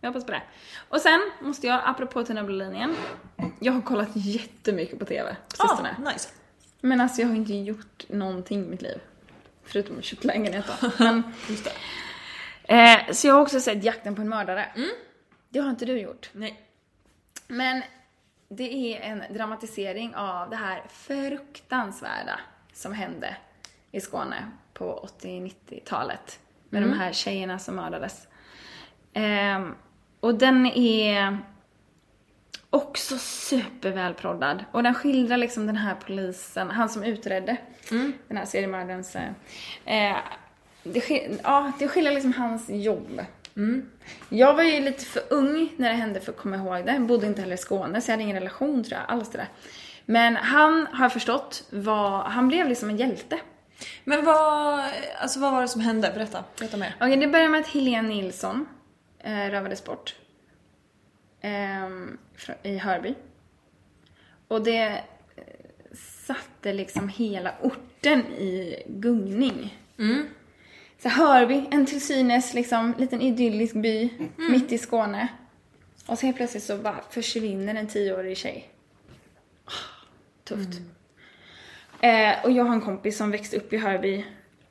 Speaker 3: Jag hoppas på det. Och sen måste jag, apropå Tina blå linjen, jag har kollat jättemycket på TV på sistone.
Speaker 2: Ah, nice.
Speaker 3: Men alltså jag har inte gjort någonting i mitt liv. Förutom att köpa lägenhet då. Men,
Speaker 2: Just det. Mm.
Speaker 3: eh, så jag har också sett Jakten på en mördare. Det har inte du gjort.
Speaker 2: Nej.
Speaker 3: Men det är en dramatisering av det här fruktansvärda som hände i Skåne på 80-90-talet. Med de här tjejerna som mördades. Ehm, och den är också supervälproddad. Och den skildrar liksom den här polisen, han som utredde den här seriemördarens... Eh, det, sk- ja, det skildrar liksom hans jobb. Jag var ju lite för ung när det hände för att komma ihåg det. Jag bodde inte heller i Skåne så jag hade ingen relation tror jag alls till det. Men han, har jag förstått, var, han blev liksom en hjälte.
Speaker 2: Men vad, alltså vad var det som hände? Berätta, berätta mer.
Speaker 3: Okej, det börjar med att Helene Nilsson eh, rövades bort. Ehm, fra- I Hörby. Och det eh, satte liksom hela orten i gungning. Så Hörby, en till synes liksom, liten idyllisk by mitt i Skåne. Och så helt plötsligt så bara försvinner en tioårig tjej. Ah, Tufft. Eh, och jag har en kompis som växte upp i Hörby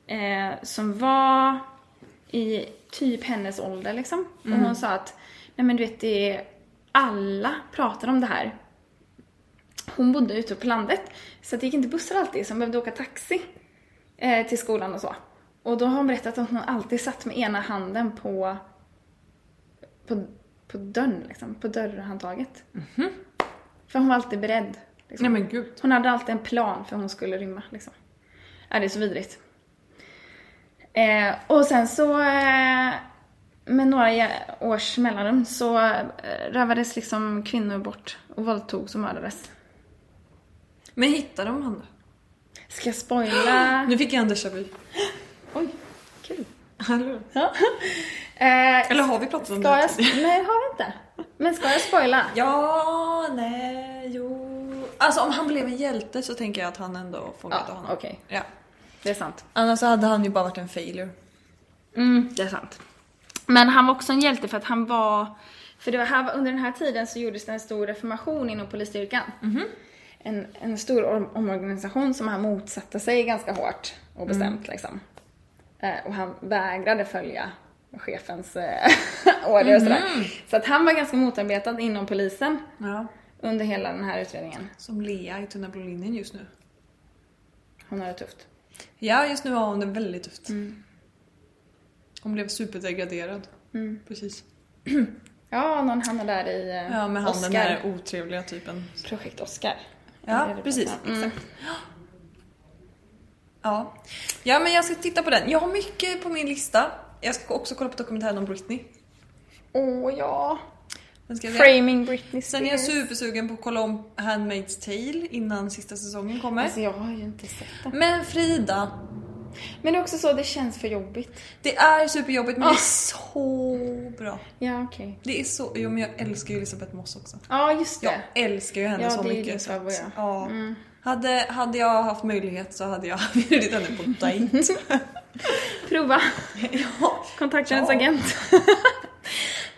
Speaker 3: eh, som var i typ hennes ålder liksom. Och
Speaker 2: Mm.
Speaker 3: hon sa att, nej men du vet det är, alla pratar om det här. Hon bodde ute på landet så att det gick inte bussar alltid så hon behövde åka taxi eh, till skolan och så. Och då har hon berättat att hon alltid satt med ena handen på på, på dörren liksom, på dörrhandtaget. För hon var alltid beredd. Liksom.
Speaker 2: Mhm. Nej men gud.
Speaker 3: Hon hade alltid en plan för hon skulle rymma. Liksom. Ja, det är så vidrigt. Eh, och sen så eh, med några jä- års mellanrum så eh, rövades liksom kvinnor bort och våldtogs och mördades.
Speaker 2: Men hittade de han
Speaker 3: Ska jag spoila?
Speaker 2: Nu fick jag en déjà vu.
Speaker 3: Oj, kul.
Speaker 2: Eller?
Speaker 3: Ja. Eh,
Speaker 2: Eller har vi pratat om
Speaker 3: ska
Speaker 2: det?
Speaker 3: jag... Nej, har vi inte. Men ska jag spoila?
Speaker 2: Ja, nej, jo. Alltså om han blev en hjälte så tänker jag att han ändå fångade
Speaker 3: Ja,
Speaker 2: honom.
Speaker 3: okej.
Speaker 2: Ja.
Speaker 3: Det är sant.
Speaker 2: Annars hade han ju bara varit en failure.
Speaker 3: Mm, det är sant. Men han var också en hjälte för att han var För det var här, under den här tiden så gjordes det en stor reformation inom polisstyrkan.
Speaker 2: Mhm.
Speaker 3: En, en stor om- omorganisation som han motsatte sig ganska hårt och
Speaker 2: Mm.
Speaker 3: bestämt liksom. Eh, och han vägrade följa chefens eh, order och sådär.
Speaker 2: Mhm.
Speaker 3: Så att han var ganska motarbetad inom polisen
Speaker 2: Ja.
Speaker 3: under hela den här utredningen.
Speaker 2: Som Lea i Tunna blå linjen just nu.
Speaker 3: Hon har det tufft.
Speaker 2: Ja, just nu har hon det väldigt tufft. Hon blev superdegraderad. Precis.
Speaker 3: Ja, någon hamnar där i eh,
Speaker 2: Mm. Ja, med han
Speaker 3: Oscar.
Speaker 2: den där otrevliga typen.
Speaker 3: Projekt Oscar.
Speaker 2: Ja,
Speaker 3: Är det
Speaker 2: precis.
Speaker 3: det? Mm.
Speaker 2: Ja. ja, men jag ska titta på den. Jag har mycket på min lista. Jag ska också kolla på dokumentären om Britney.
Speaker 3: Åh ja.
Speaker 2: Den ska jag se.
Speaker 3: Framing Britney Spears.
Speaker 2: Sen är jag supersugen på att kolla om Handmaid's Tale innan sista säsongen kommer.
Speaker 3: Alltså jag har ju inte sett den.
Speaker 2: Men Frida,
Speaker 3: Men det är också så, det känns för jobbigt.
Speaker 2: det är superjobbigt men det
Speaker 3: Ah.
Speaker 2: är så bra.
Speaker 3: Ja, okej.
Speaker 2: Det är så... Jo men jag älskar ju Elisabeth Moss också.
Speaker 3: Ja, just
Speaker 2: Jag
Speaker 3: det.
Speaker 2: älskar ju henne
Speaker 3: Ja,
Speaker 2: så
Speaker 3: det är ju din
Speaker 2: mycket. så att-
Speaker 3: favorit, Mm. ja.
Speaker 2: ja. hade, hade jag haft möjlighet så hade jag bjudit henne på dejt.
Speaker 3: Prova.
Speaker 2: ja.
Speaker 3: Kontakta hennes
Speaker 2: Ja.
Speaker 3: agent.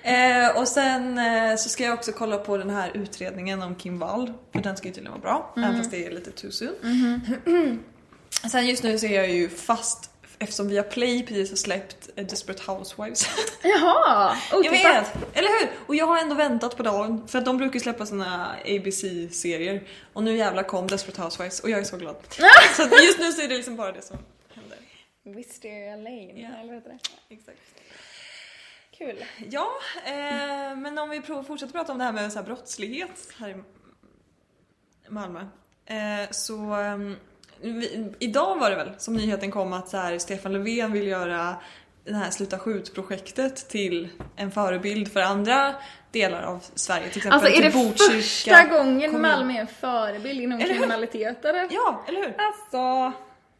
Speaker 2: eh, och sen eh, så ska jag också kolla på den här utredningen om Kim Wall. För den ska ju tydligen vara bra, även fast det är lite too soon. sen just nu så är jag ju fast eftersom vi har Play precis har släppt eh, Desperate Housewives.
Speaker 3: Jaha!
Speaker 2: jag
Speaker 3: otippat.
Speaker 2: vet! Eller hur? Och jag har ändå väntat på dagen. För att de brukar ju släppa sina ABC-serier. Och nu jävla kom Desperate Housewives och jag är så glad. så att just nu så är det liksom bara det som händer.
Speaker 3: Wisteria Lane,
Speaker 2: Ja.
Speaker 3: eller vad heter det?
Speaker 2: Exakt.
Speaker 3: Kul.
Speaker 2: Ja, eh, men om vi prov- fortsätter prata om det här med så här brottslighet här i Malmö. Eh, så eh, vi, idag var det väl som nyheten kom att så här, Stefan Löfven vill göra det här Sluta skjut-projektet till en förebild för andra delar av Sverige. Till exempel
Speaker 3: Alltså är det
Speaker 2: till Botkyrka.
Speaker 3: första gången
Speaker 2: kommun.
Speaker 3: Malmö är en förebild inom
Speaker 2: Eller hur?
Speaker 3: kriminalitet eller?
Speaker 2: Ja, eller hur?
Speaker 3: Alltså,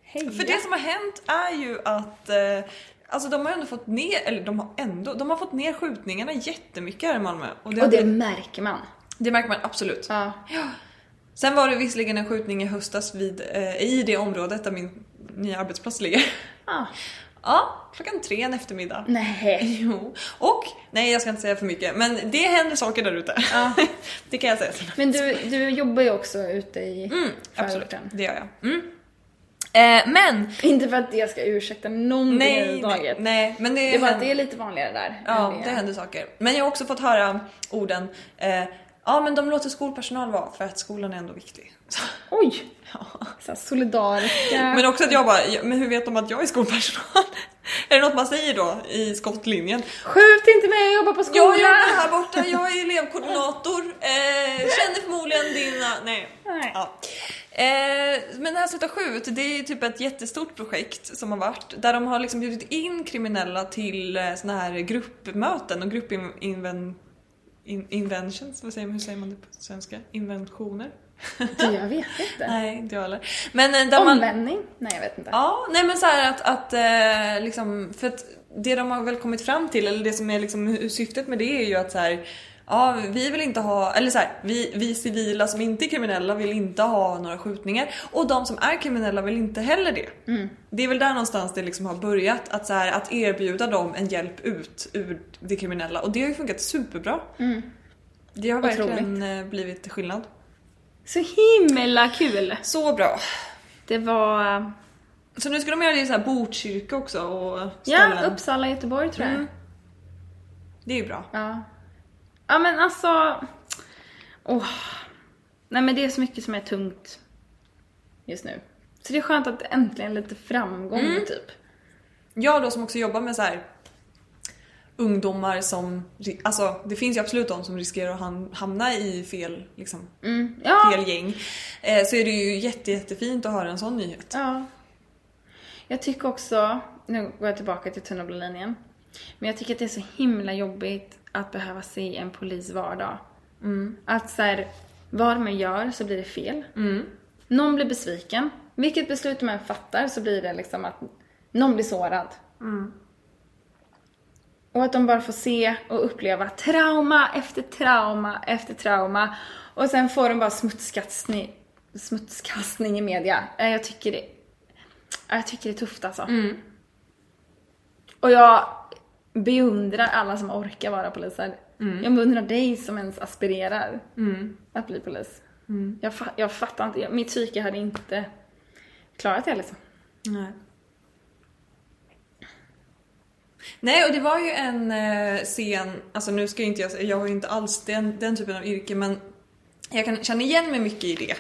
Speaker 3: heja.
Speaker 2: För det som har hänt är ju att eh, Alltså de har ändå fått ner, eller de har ändå, de har fått ner skjutningarna jättemycket här i Malmö. Och det,
Speaker 3: Och det
Speaker 2: det,
Speaker 3: märker man.
Speaker 2: det märker man absolut.
Speaker 3: Ja.
Speaker 2: Sen var det visserligen en skjutning i höstas vid, eh, i det området där min nya arbetsplats ligger.
Speaker 3: Ah.
Speaker 2: Ja, klockan tre en eftermiddag.
Speaker 3: Nej.
Speaker 2: Jo. Och, nej jag ska inte säga för mycket, men det händer saker där ute. det kan jag säga sen.
Speaker 3: Men du, du jobbar ju också ute i
Speaker 2: Mm, absolut,
Speaker 3: förorten.
Speaker 2: det gör jag. Mm. Eh, men,
Speaker 3: Inte för att det ska ursäkta någonting
Speaker 2: nej, nej,
Speaker 3: överhuvudtaget.
Speaker 2: nej, men det,
Speaker 3: Det är bara att
Speaker 2: händer-
Speaker 3: det är lite vanligare där.
Speaker 2: Ja,
Speaker 3: än är-
Speaker 2: det händer saker. Men jag har också fått höra orden, eh, ja men de låter skolpersonal vara för att skolan är ändå viktig. Så,
Speaker 3: Oj!
Speaker 2: ja.
Speaker 3: Så här solidariska.
Speaker 2: Men också att jag bara, "Ja, men hur vet de att jag är skolpersonal? är det något man säger då i skottlinjen?
Speaker 3: Skjut inte mig, jag jobbar på skolan!
Speaker 2: Jag jobbar här borta, jag är elevkoordinator, eh, känner förmodligen dina... Nej.
Speaker 3: Nej.
Speaker 2: Ja. Eh, men det här Sluta skjut, det är typ ett jättestort projekt som har varit där de har liksom bjudit in kriminella till eh, såna här gruppmöten och gruppinventions, in, inventions, vad säger man, hur säger man det på svenska? Inventioner?
Speaker 3: Du, jag vet inte.
Speaker 2: Nej, inte jag heller. Men eh, där man...
Speaker 3: Omvändning? Nej, jag vet inte.
Speaker 2: Ja, nej men så här att, att eh, liksom, för att det de har väl kommit fram till, eller det som är liksom hu- syftet med det är ju att så här, ja vi vill inte ha, eller så här, vi, vi civila som inte är kriminella vill inte ha några skjutningar och de som är kriminella vill inte heller det. Det är väl där någonstans det liksom har börjat, att, så här, att erbjuda dem en hjälp ut ur det kriminella och det har ju funkat superbra. Det har verkligen eh, blivit skillnad.
Speaker 3: Så himla kul!
Speaker 2: Så bra.
Speaker 3: Det
Speaker 2: eh,
Speaker 3: var...
Speaker 2: Så nu ska de göra det i så här Botkyrka också och ställen.
Speaker 3: Ja, Uppsala, Göteborg tror jag.
Speaker 2: Mm. Det är ju bra.
Speaker 3: Ja. Ja men alltså... Åh. Nej men det är så mycket som är tungt just nu. Så det är skönt att det äntligen är lite framgång
Speaker 2: Mm.
Speaker 3: typ.
Speaker 2: Jag då som också jobbar med så här ungdomar som, ri- alltså det finns ju absolut de som riskerar att ham- hamna i fel, liksom,
Speaker 3: Mm. Ja.
Speaker 2: fel gäng. Eh, så är det ju jätte, jättefint att höra en sån nyhet.
Speaker 3: ja. Jag tycker också, nu går jag tillbaka till tunna blå linjen. Men jag tycker att det är så himla jobbigt att behöva se en polis vardag. Att så här, vad man gör så blir det fel. Någon blir besviken. Vilket beslut man än fattar så blir det liksom att någon blir sårad. Och att de bara får se och uppleva trauma efter trauma efter trauma. Och sen får de bara smutskastning, smutskastning i media. Eh, Jag tycker
Speaker 2: Mm.
Speaker 3: det, Ja, jag tycker det är tufft alltså. Och jag, beundrar alla som orkar vara poliser.
Speaker 2: Mm.
Speaker 3: Jag beundrar dig som ens aspirerar att bli polis.
Speaker 2: Mm.
Speaker 3: Jag, fa- jag fattar inte, jag, mitt psyke hade inte klarat det liksom.
Speaker 2: Nej. Nej, och det var ju en eh, scen, alltså nu ska ju inte jag säga, jag har ju inte alls den, den typen av yrke men jag kan känna igen mig mycket i det.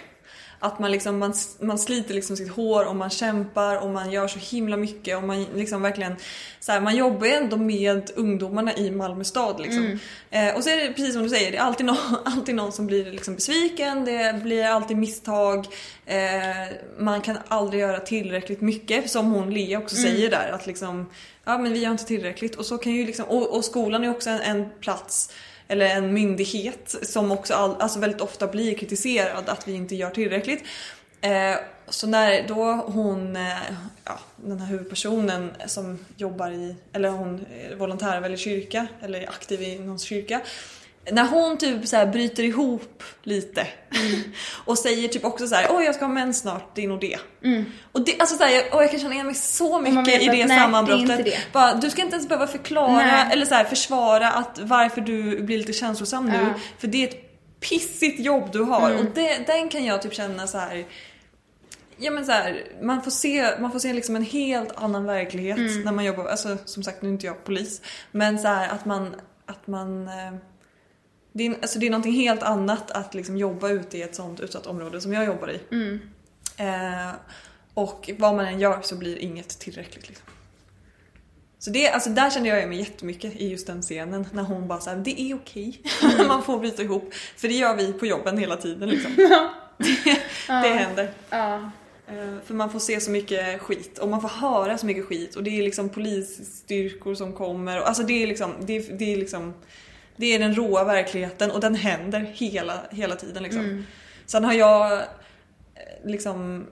Speaker 2: Att man, liksom, man, s- man sliter liksom sitt hår och man kämpar och man gör så himla mycket och man liksom verkligen så här, man jobbar ju ändå med ungdomarna i Malmö stad liksom. Eh, och så är det precis som du säger, det är alltid, nå alltid någon som blir liksom besviken, det blir alltid misstag. Eh, man kan aldrig göra tillräckligt mycket som hon Lea också säger där att liksom ja men vi gör inte tillräckligt och så kan ju liksom och, och skolan är också en, en plats eller en myndighet som också all, alltså väldigt ofta blir kritiserad att vi inte gör tillräckligt. Eh, så när då hon, eh, ja, den här huvudpersonen som jobbar i, eller hon är volontär väl i kyrka, eller är aktiv i någon kyrka. När hon typ så här bryter ihop lite och säger typ också så här: oj jag ska ha mens snart, din och det. Och det, alltså så här, jag, åh, jag kan känna igen mig så
Speaker 3: man
Speaker 2: mycket
Speaker 3: vet
Speaker 2: i
Speaker 3: att,
Speaker 2: det
Speaker 3: nej, det är
Speaker 2: sammanbrottet.
Speaker 3: inte det.
Speaker 2: Bara, du ska inte ens behöva förklara
Speaker 3: Nej.
Speaker 2: eller så här, försvara att varför du blir lite känslosam nu.
Speaker 3: Ja. Mm.
Speaker 2: För det är ett pissigt jobb du har och det, den kan jag typ känna så här. Ja men så här, man får se, man får se liksom en helt annan verklighet
Speaker 3: Mm.
Speaker 2: när man jobbar, alltså som sagt nu är inte jag polis. Men så här att man, att man eh, det är, alltså det är någonting helt annat att liksom jobba ute i ett sånt utsatt område som jag jobbar i. Eh, och vad man än gör så blir inget tillräckligt. Liksom. Så det, alltså där kände jag mig jättemycket i just den scenen när hon bara såhär, det är okej. man får bryta ihop. För det gör vi på jobben hela tiden liksom. det händer.
Speaker 3: Ja.
Speaker 2: Eh, För man får se så mycket skit och man får höra så mycket skit och det är liksom polisstyrkor som kommer. Och, alltså det är liksom, det är, det är liksom, det är den råa verkligheten och den händer hela, hela tiden liksom.
Speaker 3: Mm.
Speaker 2: Sen har jag eh, liksom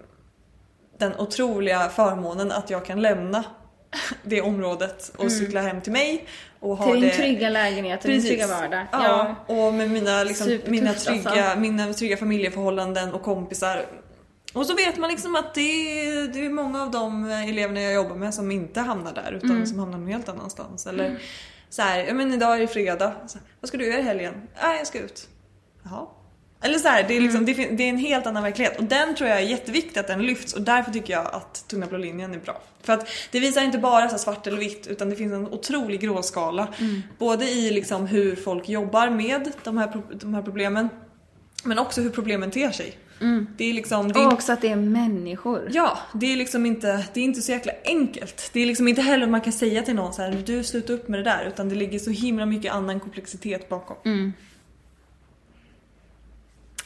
Speaker 2: den otroliga förmånen att jag kan lämna det området och cykla hem till mig och ha
Speaker 3: Mm. Till
Speaker 2: det
Speaker 3: din trygga lägenhet och din
Speaker 2: Precis.
Speaker 3: trygga vardag.
Speaker 2: Ja, och med mina, liksom,
Speaker 3: Supertufft,
Speaker 2: mina, trygga,
Speaker 3: alltså.
Speaker 2: mina trygga familjeförhållanden och kompisar. Och så vet man liksom att det, är- det är många av de eleverna jag jobbar med som inte hamnar där utan
Speaker 3: Mm.
Speaker 2: som hamnar någon helt annanstans. Eller så här, ja men idag är det fredag. Så, vad ska du göra i helgen? Nej, jag ska ut. Jaha. Eller så här, det är, liksom, det, fin- det är en helt annan verklighet och den tror jag är jätteviktig att den lyfts och därför tycker jag att Tunna blå linjen är bra. För att det visar inte bara så här svart eller vitt utan det finns en otrolig gråskala. Både i liksom hur folk jobbar med de här, pro- de här problemen men också hur problemen ter sig. Det är liksom, det är
Speaker 3: Och också att det är människor.
Speaker 2: Ja, det är liksom inte, det är inte så jäkla enkelt. Det är liksom inte heller man kan säga till någon så här, du sluta upp med det där, utan det ligger så himla mycket annan komplexitet bakom.
Speaker 3: Mm.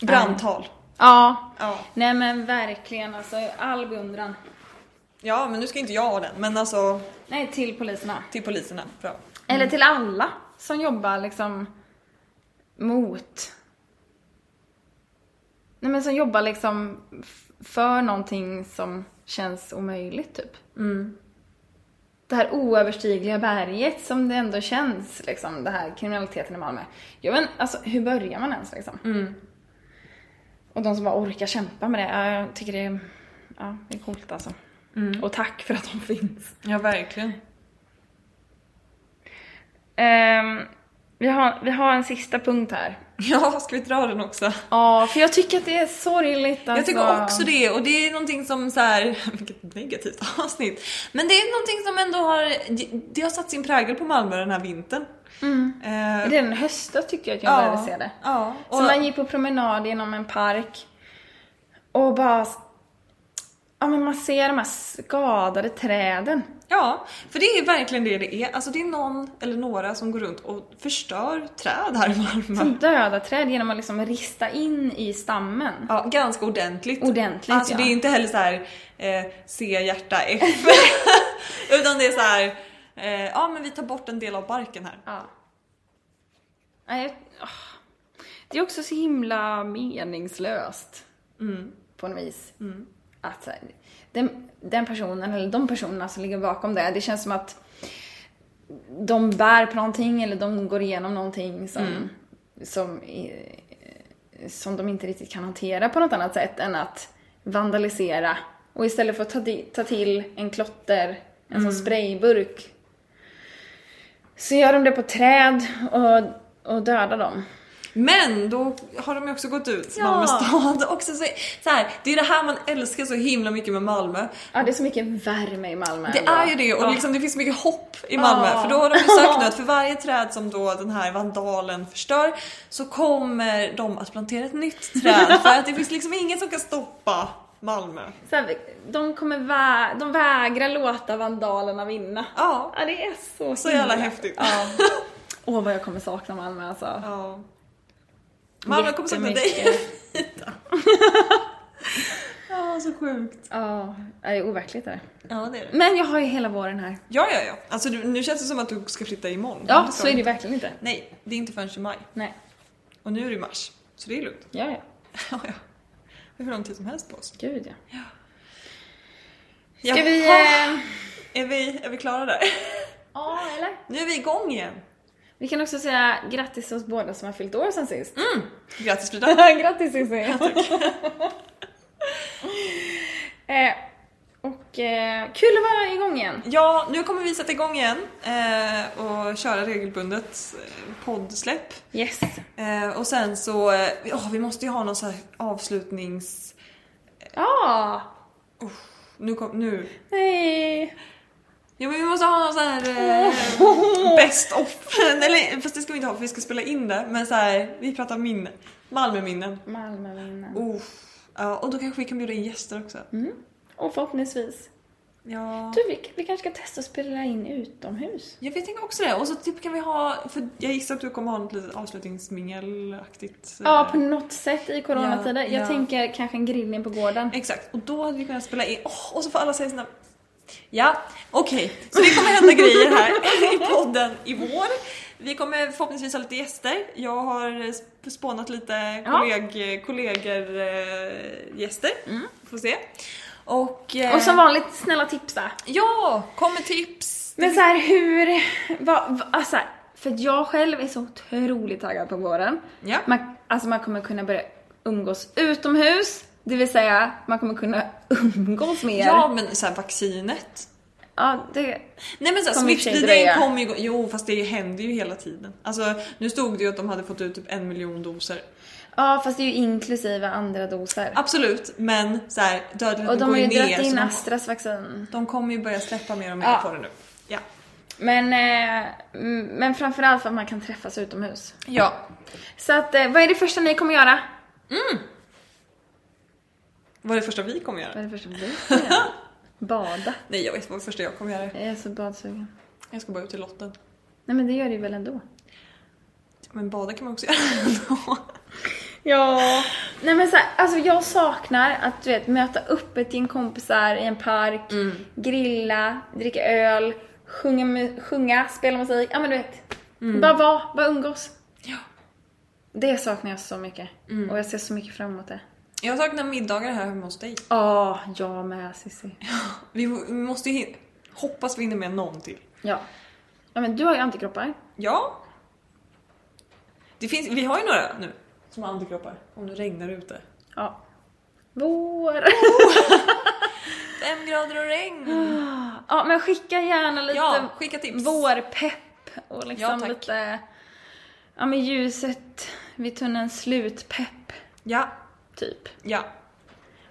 Speaker 2: Brandtal.
Speaker 3: Ja.
Speaker 2: Ja.
Speaker 3: Nej men verkligen alltså, all beundran.
Speaker 2: ja, men nu ska inte jag ha den, men alltså
Speaker 3: Nej, till poliserna.
Speaker 2: till poliserna. Bra.
Speaker 3: Eller till alla som jobbar liksom mot... Nej men som jobbar liksom f- för någonting som känns omöjligt typ. Det här oöverstigliga berget som det ändå känns liksom, det här kriminaliteten i Malmö. Jag vet alltså hur börjar man ens liksom? Och de som bara orkar kämpa med det, ja, jag tycker det är, ja, det är coolt alltså. Och tack för att de finns.
Speaker 2: Ja, verkligen.
Speaker 3: Ehm, vi, har, vi har en sista punkt här.
Speaker 2: Ja, ska vi dra den också?
Speaker 3: Ja, för jag tycker att det är sorgligt alltså.
Speaker 2: Jag tycker också det och det är någonting som så här, vilket negativt avsnitt. Men det är någonting som ändå har, det har satt sin prägel på Malmö den här vintern.
Speaker 3: Mm.
Speaker 2: Eh,
Speaker 3: Redan i höstas tycker jag att jag började se det.
Speaker 2: Ja,
Speaker 3: Så man gick på promenad genom en park och bara... Ja men man ser de här skadade träden.
Speaker 2: ja, för det är verkligen det det är. Alltså det är någon eller några som går runt och förstör träd här i Malmö.
Speaker 3: Som döda träd genom att liksom rista in i stammen.
Speaker 2: Ja, ganska ordentligt.
Speaker 3: Ordentligt,
Speaker 2: Alltså
Speaker 3: ja.
Speaker 2: det är inte heller så här eh, C hjärta F. Utan det är så här, eh, ja men vi tar bort en del av barken här.
Speaker 3: Ja. Nej, jag- åh. Det är också så himla meningslöst. På något vis. Att så här, den, den personen, eller de personerna som ligger bakom det, det känns som att de bär på någonting eller de går igenom någonting som, som, är- som de inte riktigt kan hantera på något annat sätt än att vandalisera. Och istället för att ta, di- ta till en klotter, en sån sprayburk, Så gör de det på träd och, och dödar dem.
Speaker 2: Men då har de ju också gått ut,
Speaker 3: Ja.
Speaker 2: Malmö stad. Också så, så här, det är det här man älskar så himla mycket med Malmö.
Speaker 3: Ja, det är så mycket värme i Malmö.
Speaker 2: Det
Speaker 3: ändå.
Speaker 2: är ju det och
Speaker 3: Ja.
Speaker 2: liksom, det finns mycket hopp i Malmö.
Speaker 3: Ja.
Speaker 2: För då har de ju sagt nu att för varje träd som då den här vandalen förstör så kommer de att plantera ett nytt träd. För att det finns liksom ingen som kan stoppa Malmö.
Speaker 3: Så här, de, kommer vä- de vägrar låta vandalerna vinna.
Speaker 2: Ja,
Speaker 3: Ja, det är så
Speaker 2: så jävla
Speaker 3: himla-
Speaker 2: häftigt.
Speaker 3: Ja. Åh, vad jag kommer sakna Malmö alltså.
Speaker 2: Ja. Malmö kommer sakna dig.
Speaker 3: Jättemycket.
Speaker 2: Ja, så sjukt.
Speaker 3: Ja, det är overkligt det där.
Speaker 2: Ja, det är det.
Speaker 3: Men jag har ju hela våren här.
Speaker 2: Ja, ja, ja. Alltså du, nu känns det som att du ska flytta imorgon.
Speaker 3: Ja,
Speaker 2: Men ska
Speaker 3: så är
Speaker 2: du
Speaker 3: det
Speaker 2: inte.
Speaker 3: verkligen inte.
Speaker 2: Nej, det är inte förrän i maj.
Speaker 3: Nej.
Speaker 2: Och nu är det i mars. Så det är lugnt.
Speaker 3: Ja, ja.
Speaker 2: Ja, ja. Vi har hur lång tid som helst på oss.
Speaker 3: Gud ja.
Speaker 2: Jaha.
Speaker 3: Ska vi... eh,
Speaker 2: Är vi, är vi klara där?
Speaker 3: Ja, eller?
Speaker 2: Nu är vi igång igen.
Speaker 3: Vi kan också säga grattis till oss båda som har fyllt år sen sist.
Speaker 2: Grattis Frida!
Speaker 3: grattis Cissi! eh, och eh, kul att vara igång igen.
Speaker 2: Ja, nu kommer vi sätta igång igen eh, och köra regelbundet eh, poddsläpp.
Speaker 3: Yes.
Speaker 2: Eh, och sen så, eh, ja, vi måste ju ha någon så här avslutnings...
Speaker 3: Ja!
Speaker 2: Nu kom, nu.
Speaker 3: nej.
Speaker 2: Ja men vi måste ha någon sån här eh, best of. Eller fast det ska vi inte ha för vi ska spela in det. Men så här, vi pratar minnen. Malmöminnen.
Speaker 3: Malmö vinner.
Speaker 2: Oh. Ja, och då kanske vi kan bjuda in gäster också.
Speaker 3: Och förhoppningsvis.
Speaker 2: Ja.
Speaker 3: Du, vi, vi kanske ska testa att spela in utomhus?
Speaker 2: Jag vet tänker också det. Och så typ kan vi ha, för jag gissar att du kommer ha något litet avslutningsmingelaktigt. eh,
Speaker 3: Ja, på något sätt i coronatider.
Speaker 2: Ja,
Speaker 3: Jag
Speaker 2: ja. Eh.
Speaker 3: tänker kanske en grillning på gården.
Speaker 2: Exakt, och då hade vi kunnat spela in, Åh, och så får alla säga sina... Ja, okej. Så det kommer hända grejer här i podden i vår. Vi kommer förhoppningsvis ha lite gäster. Jag har eh, sp- spånat lite
Speaker 3: Ja.
Speaker 2: kolleg, kollegor, eh, gäster. Får se. Och... eh,
Speaker 3: Mm. Och som vanligt, snälla tipsa.
Speaker 2: Ja, kom med tips.
Speaker 3: Men så här, hur... Vad, vad, alltså, här, för att jag själv är så otroligt taggad på våren.
Speaker 2: Ja.
Speaker 3: Man, alltså man kommer kunna börja umgås utomhus. Det vill säga, man kommer kunna umgås mer.
Speaker 2: Ja, men så här, vaccinet.
Speaker 3: ja det,
Speaker 2: Nej men så här,
Speaker 3: Kommer i och för sig
Speaker 2: smittspridningen
Speaker 3: dröja.
Speaker 2: kommer ju... gå- Jo, fast det händer ju hela tiden. Alltså, nu stod det ju att de hade fått ut typ en miljon doser.
Speaker 3: ja, fast det är ju inklusive andra doser.
Speaker 2: Absolut, men så här, dödligheten
Speaker 3: Och de
Speaker 2: går
Speaker 3: har ju
Speaker 2: ner.
Speaker 3: dragit
Speaker 2: så
Speaker 3: in
Speaker 2: de,
Speaker 3: Astras vaccin.
Speaker 2: de kommer ju börja släppa mer och mer
Speaker 3: Ja.
Speaker 2: på det nu. Ja.
Speaker 3: Men, eh, mm, men framförallt för att man kan träffas utomhus.
Speaker 2: ja.
Speaker 3: Så att, eh, vad är det första ni kommer göra?
Speaker 2: Vad är det första vi kommer göra?
Speaker 3: Vad är det första vi ska göra? Bada.
Speaker 2: Nej, jag vet vad det första jag kommer göra är.
Speaker 3: Jag är så badsugen.
Speaker 2: Jag ska bara ut till lotten.
Speaker 3: Nej men det gör det ju väl ändå?
Speaker 2: Men bada kan man också göra ändå.
Speaker 3: Ja. Nej men så här, alltså jag saknar att du vet möta upp ett gäng kompisar i en park, grilla, dricka öl, sjunga, mu- sjunga spela musik. Ja men du vet. Bara vara, bara umgås.
Speaker 2: Ja.
Speaker 3: Det saknar jag så mycket. Och jag ser så mycket fram emot det.
Speaker 2: Jag saknar middagar här hemma hos dig.
Speaker 3: Ja, jag med Cissi.
Speaker 2: Vi må- vi måste ju hin- hoppas vi hinner med någon till.
Speaker 3: Ja. Ja men du har ju antikroppar.
Speaker 2: Ja. Det finns, vi har ju några nu. Som har antikroppar. Om det regnar ute.
Speaker 3: Ja. Vår.
Speaker 2: Fem grader och regn.
Speaker 3: Ja men skicka gärna lite
Speaker 2: Ja, skicka tips.
Speaker 3: vårpepp och
Speaker 2: Ja,
Speaker 3: liksom
Speaker 2: tack.
Speaker 3: lite ja, men ljuset vid tunnelns slut-pepp,
Speaker 2: Ja,
Speaker 3: typ.
Speaker 2: ja.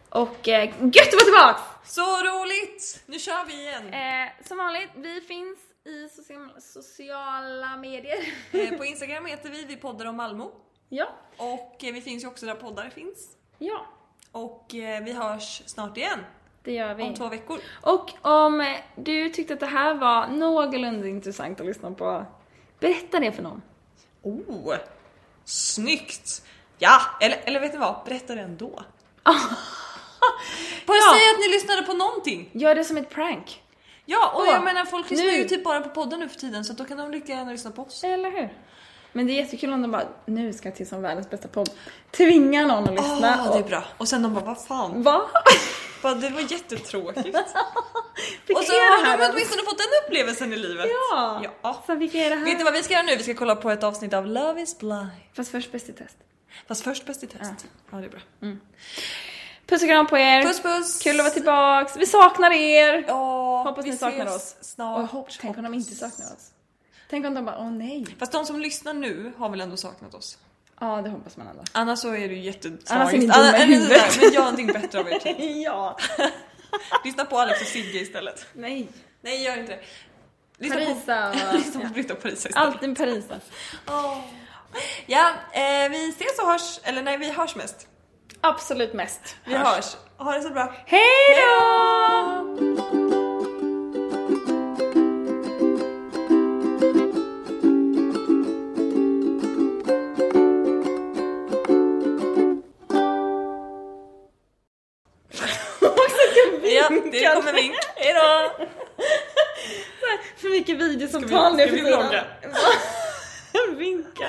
Speaker 3: Och eh, gött att vara tillbaka!
Speaker 2: Så roligt! Nu kör vi igen!
Speaker 3: Eh, som vanligt, vi finns i social, sociala medier.
Speaker 2: Eh, På Instagram heter vi Vi poddar om Malmö.
Speaker 3: ja,
Speaker 2: Och eh, vi finns ju också där poddar finns.
Speaker 3: ja,
Speaker 2: Och eh, vi hörs snart igen.
Speaker 3: det gör vi.
Speaker 2: Om två veckor.
Speaker 3: Och om eh, du tyckte att det här var någorlunda intressant att lyssna på, berätta det för någon.
Speaker 2: Oh! Snyggt! Ja! Eller, eller vet ni vad? Berätta det ändå. Bara
Speaker 3: Ja.
Speaker 2: säg att ni lyssnade på någonting!
Speaker 3: Gör det som ett prank.
Speaker 2: Ja, och
Speaker 3: Åh,
Speaker 2: jag menar folk lyssnar
Speaker 3: nu.
Speaker 2: ju typ bara på podden nu för tiden så då kan de lika gärna lyssna på oss.
Speaker 3: Eller hur? Men det är jättekul om de bara, nu ska jag till som världens bästa podd. Tvinga någon att
Speaker 2: Ja,
Speaker 3: lyssna.
Speaker 2: det
Speaker 3: och-
Speaker 2: är bra. Och sen de bara vad fan,
Speaker 3: Va?
Speaker 2: bara, det var jättetråkigt.
Speaker 3: Vilka
Speaker 2: och så
Speaker 3: är det
Speaker 2: har
Speaker 3: här
Speaker 2: de
Speaker 3: då?
Speaker 2: åtminstone fått den upplevelsen i livet.
Speaker 3: Ja.
Speaker 2: ja.
Speaker 3: Så vilka är det här?
Speaker 2: Vet ni vad vi ska göra nu? Vi ska kolla på ett avsnitt av Love is blind.
Speaker 3: Fast först Bäst i test.
Speaker 2: Fast först Bäst i test. Ja, det är bra.
Speaker 3: Puss och kram på er.
Speaker 2: Puss puss!
Speaker 3: Mm. Kul att vara tillbaks. Vi saknar er.
Speaker 2: Ja,
Speaker 3: Hoppas
Speaker 2: vi
Speaker 3: ni saknar
Speaker 2: ses
Speaker 3: oss.
Speaker 2: Snart.
Speaker 3: Och hopp, tänk om de inte saknar oss. Tänk om de bara, åh nej.
Speaker 2: Fast de som lyssnar nu har väl ändå saknat oss?
Speaker 3: Ja, det hoppas man ändå.
Speaker 2: Annars så är det ju jättetragiskt.
Speaker 3: Annars är ni dumma i
Speaker 2: Annars-
Speaker 3: huvudet.
Speaker 2: nej, Men gör någonting bättre av er typ.
Speaker 3: ja.
Speaker 2: Lyssna på Alex och Sigge istället.
Speaker 3: Nej.
Speaker 2: Nej, gör inte det. Lyssna
Speaker 3: Parisa
Speaker 2: på, lyssna
Speaker 3: och...
Speaker 2: på Britta och Parisa istället.
Speaker 3: Alltid Parisa.
Speaker 2: Ja, eh, vi ses och hörs. Eller nej, vi hörs mest.
Speaker 3: Absolut mest.
Speaker 2: Vi hörs. Ha det så bra.
Speaker 3: Hej då!
Speaker 2: Ja, det
Speaker 3: Kan-
Speaker 2: kommer vink. Hejdå!
Speaker 3: För mycket videosamtal nu för tiden.
Speaker 2: vlogga?
Speaker 3: Vinka.